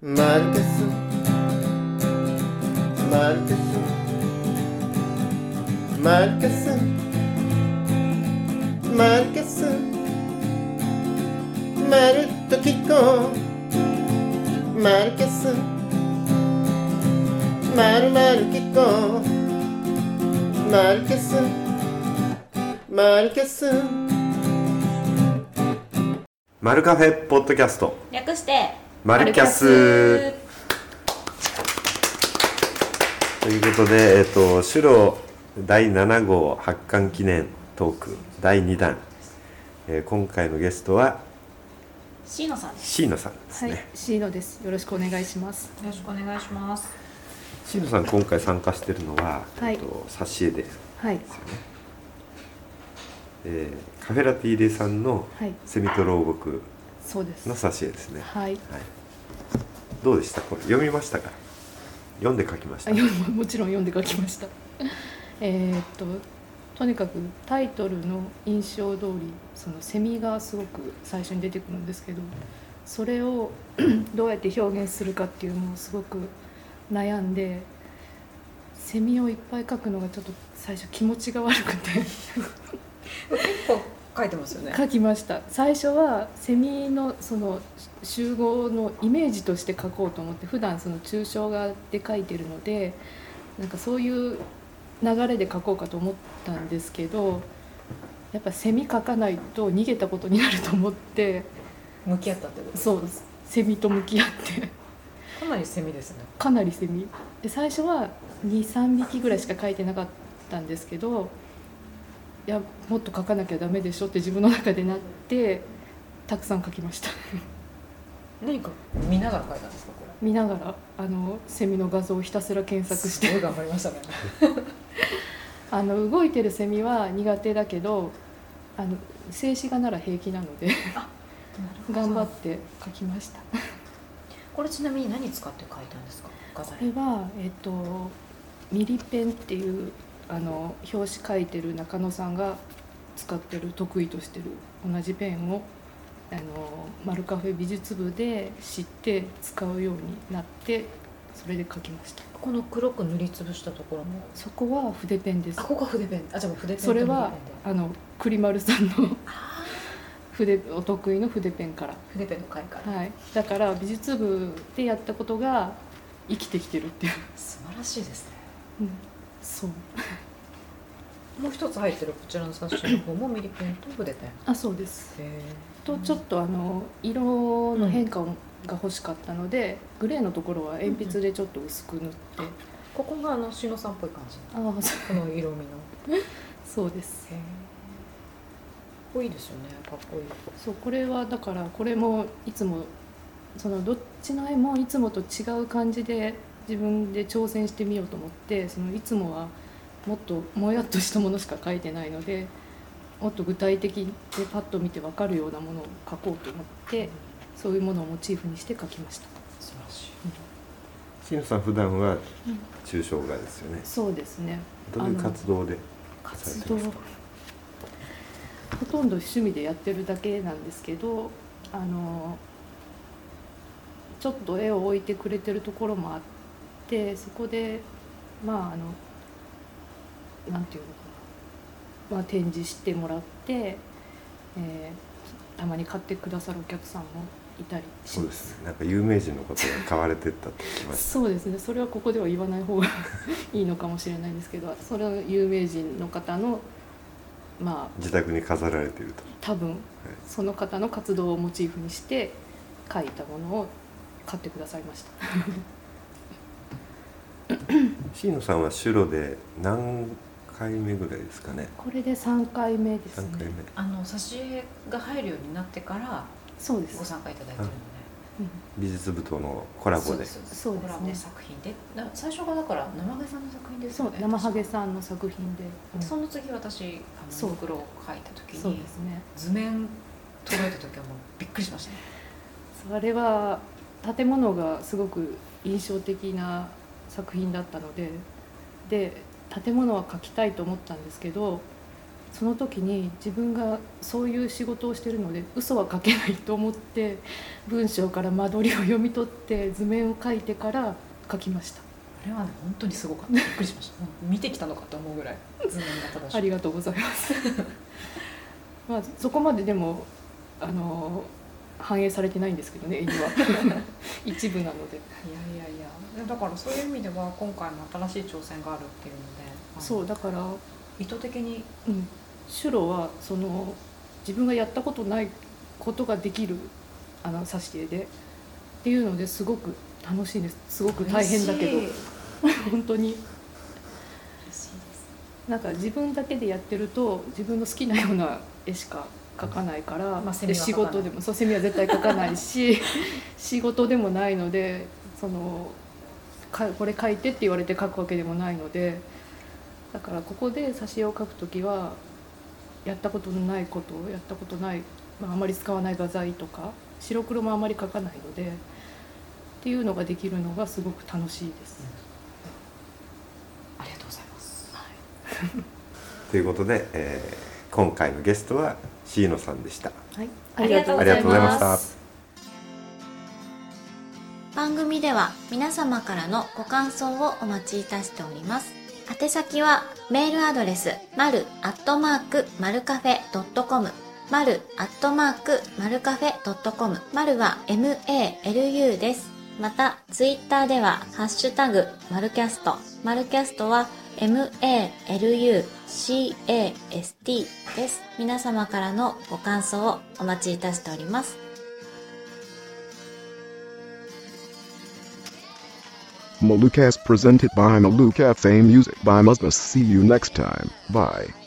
マルケスマルケスマルケスマルケスまるっと聞こうマルケスまるまる聞こうマルケスマルケスマルカフェポッドキャスト略してマルキャスということで、えっと、シュロ第7号発刊記念トーク第2弾、えー今回のゲストはシーノさんです椎野さんですはね、い、シーノです。よろしくお願いします。よろしくお願いします椎野さん今回参加してるのは、はいえっと、挿絵で、はい、えーカフェラティーレさんのはい「セミと老木そうで」すの。挿絵ですね、ははい、い、どうでしたこれ読みましたか読んで書きましあたよ もちろん読んで書きました。 えーっと、とにかくタイトルの印象通り、そのセミがすごく最初に出てくるんですけど。それを どうやって表現するかっていうのをすごく悩んで。セミをいっぱい書くのがちょっと最初気持ちが悪くて。結構書いてますよね 書きました最初はセミのその集合のイメージとして書こうと思って普段その抽象画で書いてるのでなんかそういう流れで書こうかと思ったんですけどやっぱセミ書かないと逃げたことになると思って向き合ったってことそうセミと向き合ってかなりセミですねかなりセミで最初は23匹ぐらいしか書いてなかったんですけどいやもっと書かなきゃダメでしょって自分の中でなってたくさん書きました 何か見ながら書いたんですかこ見ながらあのセミの画像をひたすら検れ索しすごてい頑張りましたねあの動いてるセミは苦手だけどあの静止画なら平気なので頑張って書きましたこれちなみに何使って書いたんですか画これは、えっと、ミリペンっていうあの表紙書いてる中野さんが使ってる得意としてる同じペンをあのマルカフェ美術部で知って使うようになってそれで書きましたこの黒く塗りつぶしたところもそこは筆ペンですあここが筆ペンあじゃあもう筆ペンとそれはミリペンであの栗丸さんの筆お得意の筆ペンから、筆ペンの回から、はい、だから美術部でやったことが生きてきてるっていう、素晴らしいですねうん、そうもう一つ入ってるこちらの冊子の方もミリペンと筆ペンあそうですへとちょっとあの色の変化をが欲しかったので、グレーのところは鉛筆でちょっと薄く塗って、ここがあの篠さんっぽい感じああそこの色味のそうですへえこれいいですよねかっこいいそうこれはだからこれもいつもそのどっちの絵もいつもと違う感じで自分で挑戦してみようと思ってそのいつもはもっともやっとしたものしか描いてないのでもっと具体的でパッと見て分かるようなものを描こうと思ってそういうものをモチーフにして描きました。素晴らしい椎野さん普段は抽象画ですよね、そうですねどういうあの活動で活動ほとんど趣味でやってるだけなんですけどあのちょっと絵を置いてくれてるところもあってそこでまああのなんていうのかな、まあ、展示してもらって、えーたまに買ってくださるお客さんもいたりしそうまですすねなんか有名人のことが買われてったって聞きましそうですねそれはここでは言わない方が いいのかもしれないんですけどそれは有名人の方のまあた自宅に飾られていると多分その方の活動をモチーフにして書いたものを買ってくださいました椎野さんはシュロで何回目ぐらいですかねこれで3回目です3回ね目あの挿絵が入るようになってからそうですご参加いただいてるので美術部とのコラボでそうですそうですねコラボ作品でな最初がだから生毛さんの作品ですそようね生ハゲさんの作品で、その次私あのそうそう黒を描いた時そうにですね図面届いた時はもうびっくりしましたねそれは建物がすごく印象的な作品だったのでで建物は描きたいと思ったんですけどその時に自分がそういう仕事をしてるので嘘は書けないと思って文章から間取りを読み取って図面を書いてから書きましたあれはね本当にすごかったびっくりしました見てきたのかと思うぐらい図面が正しいありがとうございます まあそこまででもあの反映されてないんですけどね絵には一部なのでいやいやいやでだからそういう意味では今回も新しい挑戦があるっていうのであのそうだから意図的にうん、シュロはその自分がやったことないことができるあの差し絵でっていうのですごく楽しいですすごく大変だけ嬉しい嬉しいどです本当になんか自分だけでやってると自分の好きなような絵しか描かないから、まあセミでは描仕かない事でもそうセミは絶対描かないし仕事でもないのでそのかこれ描いてって言われて描くわけでもないのでだからここで挿絵を描く時はやったことのないことをやったことない、まあ、あまり使わない画材とか白黒もあまり描かないのでっていうのができるのがすごく楽しいです。ありがとうございますということで、えー今回のゲストは椎野さんでしたはい、ありがとうあごりざがいとうまごすざいました番組では皆様からのご感想をお待ちいたしております宛先はメールアドレスまるアットマークまるカフェドットコムまるアットマークまるカフェドットコムまるは MALU ですまたツイッターではハッシュタグまるキャストまるキャストは MALUCAST です皆様からのご感想をお待ちいたしております Malukas presented by Malukafe Music by Must See you next time. Bye.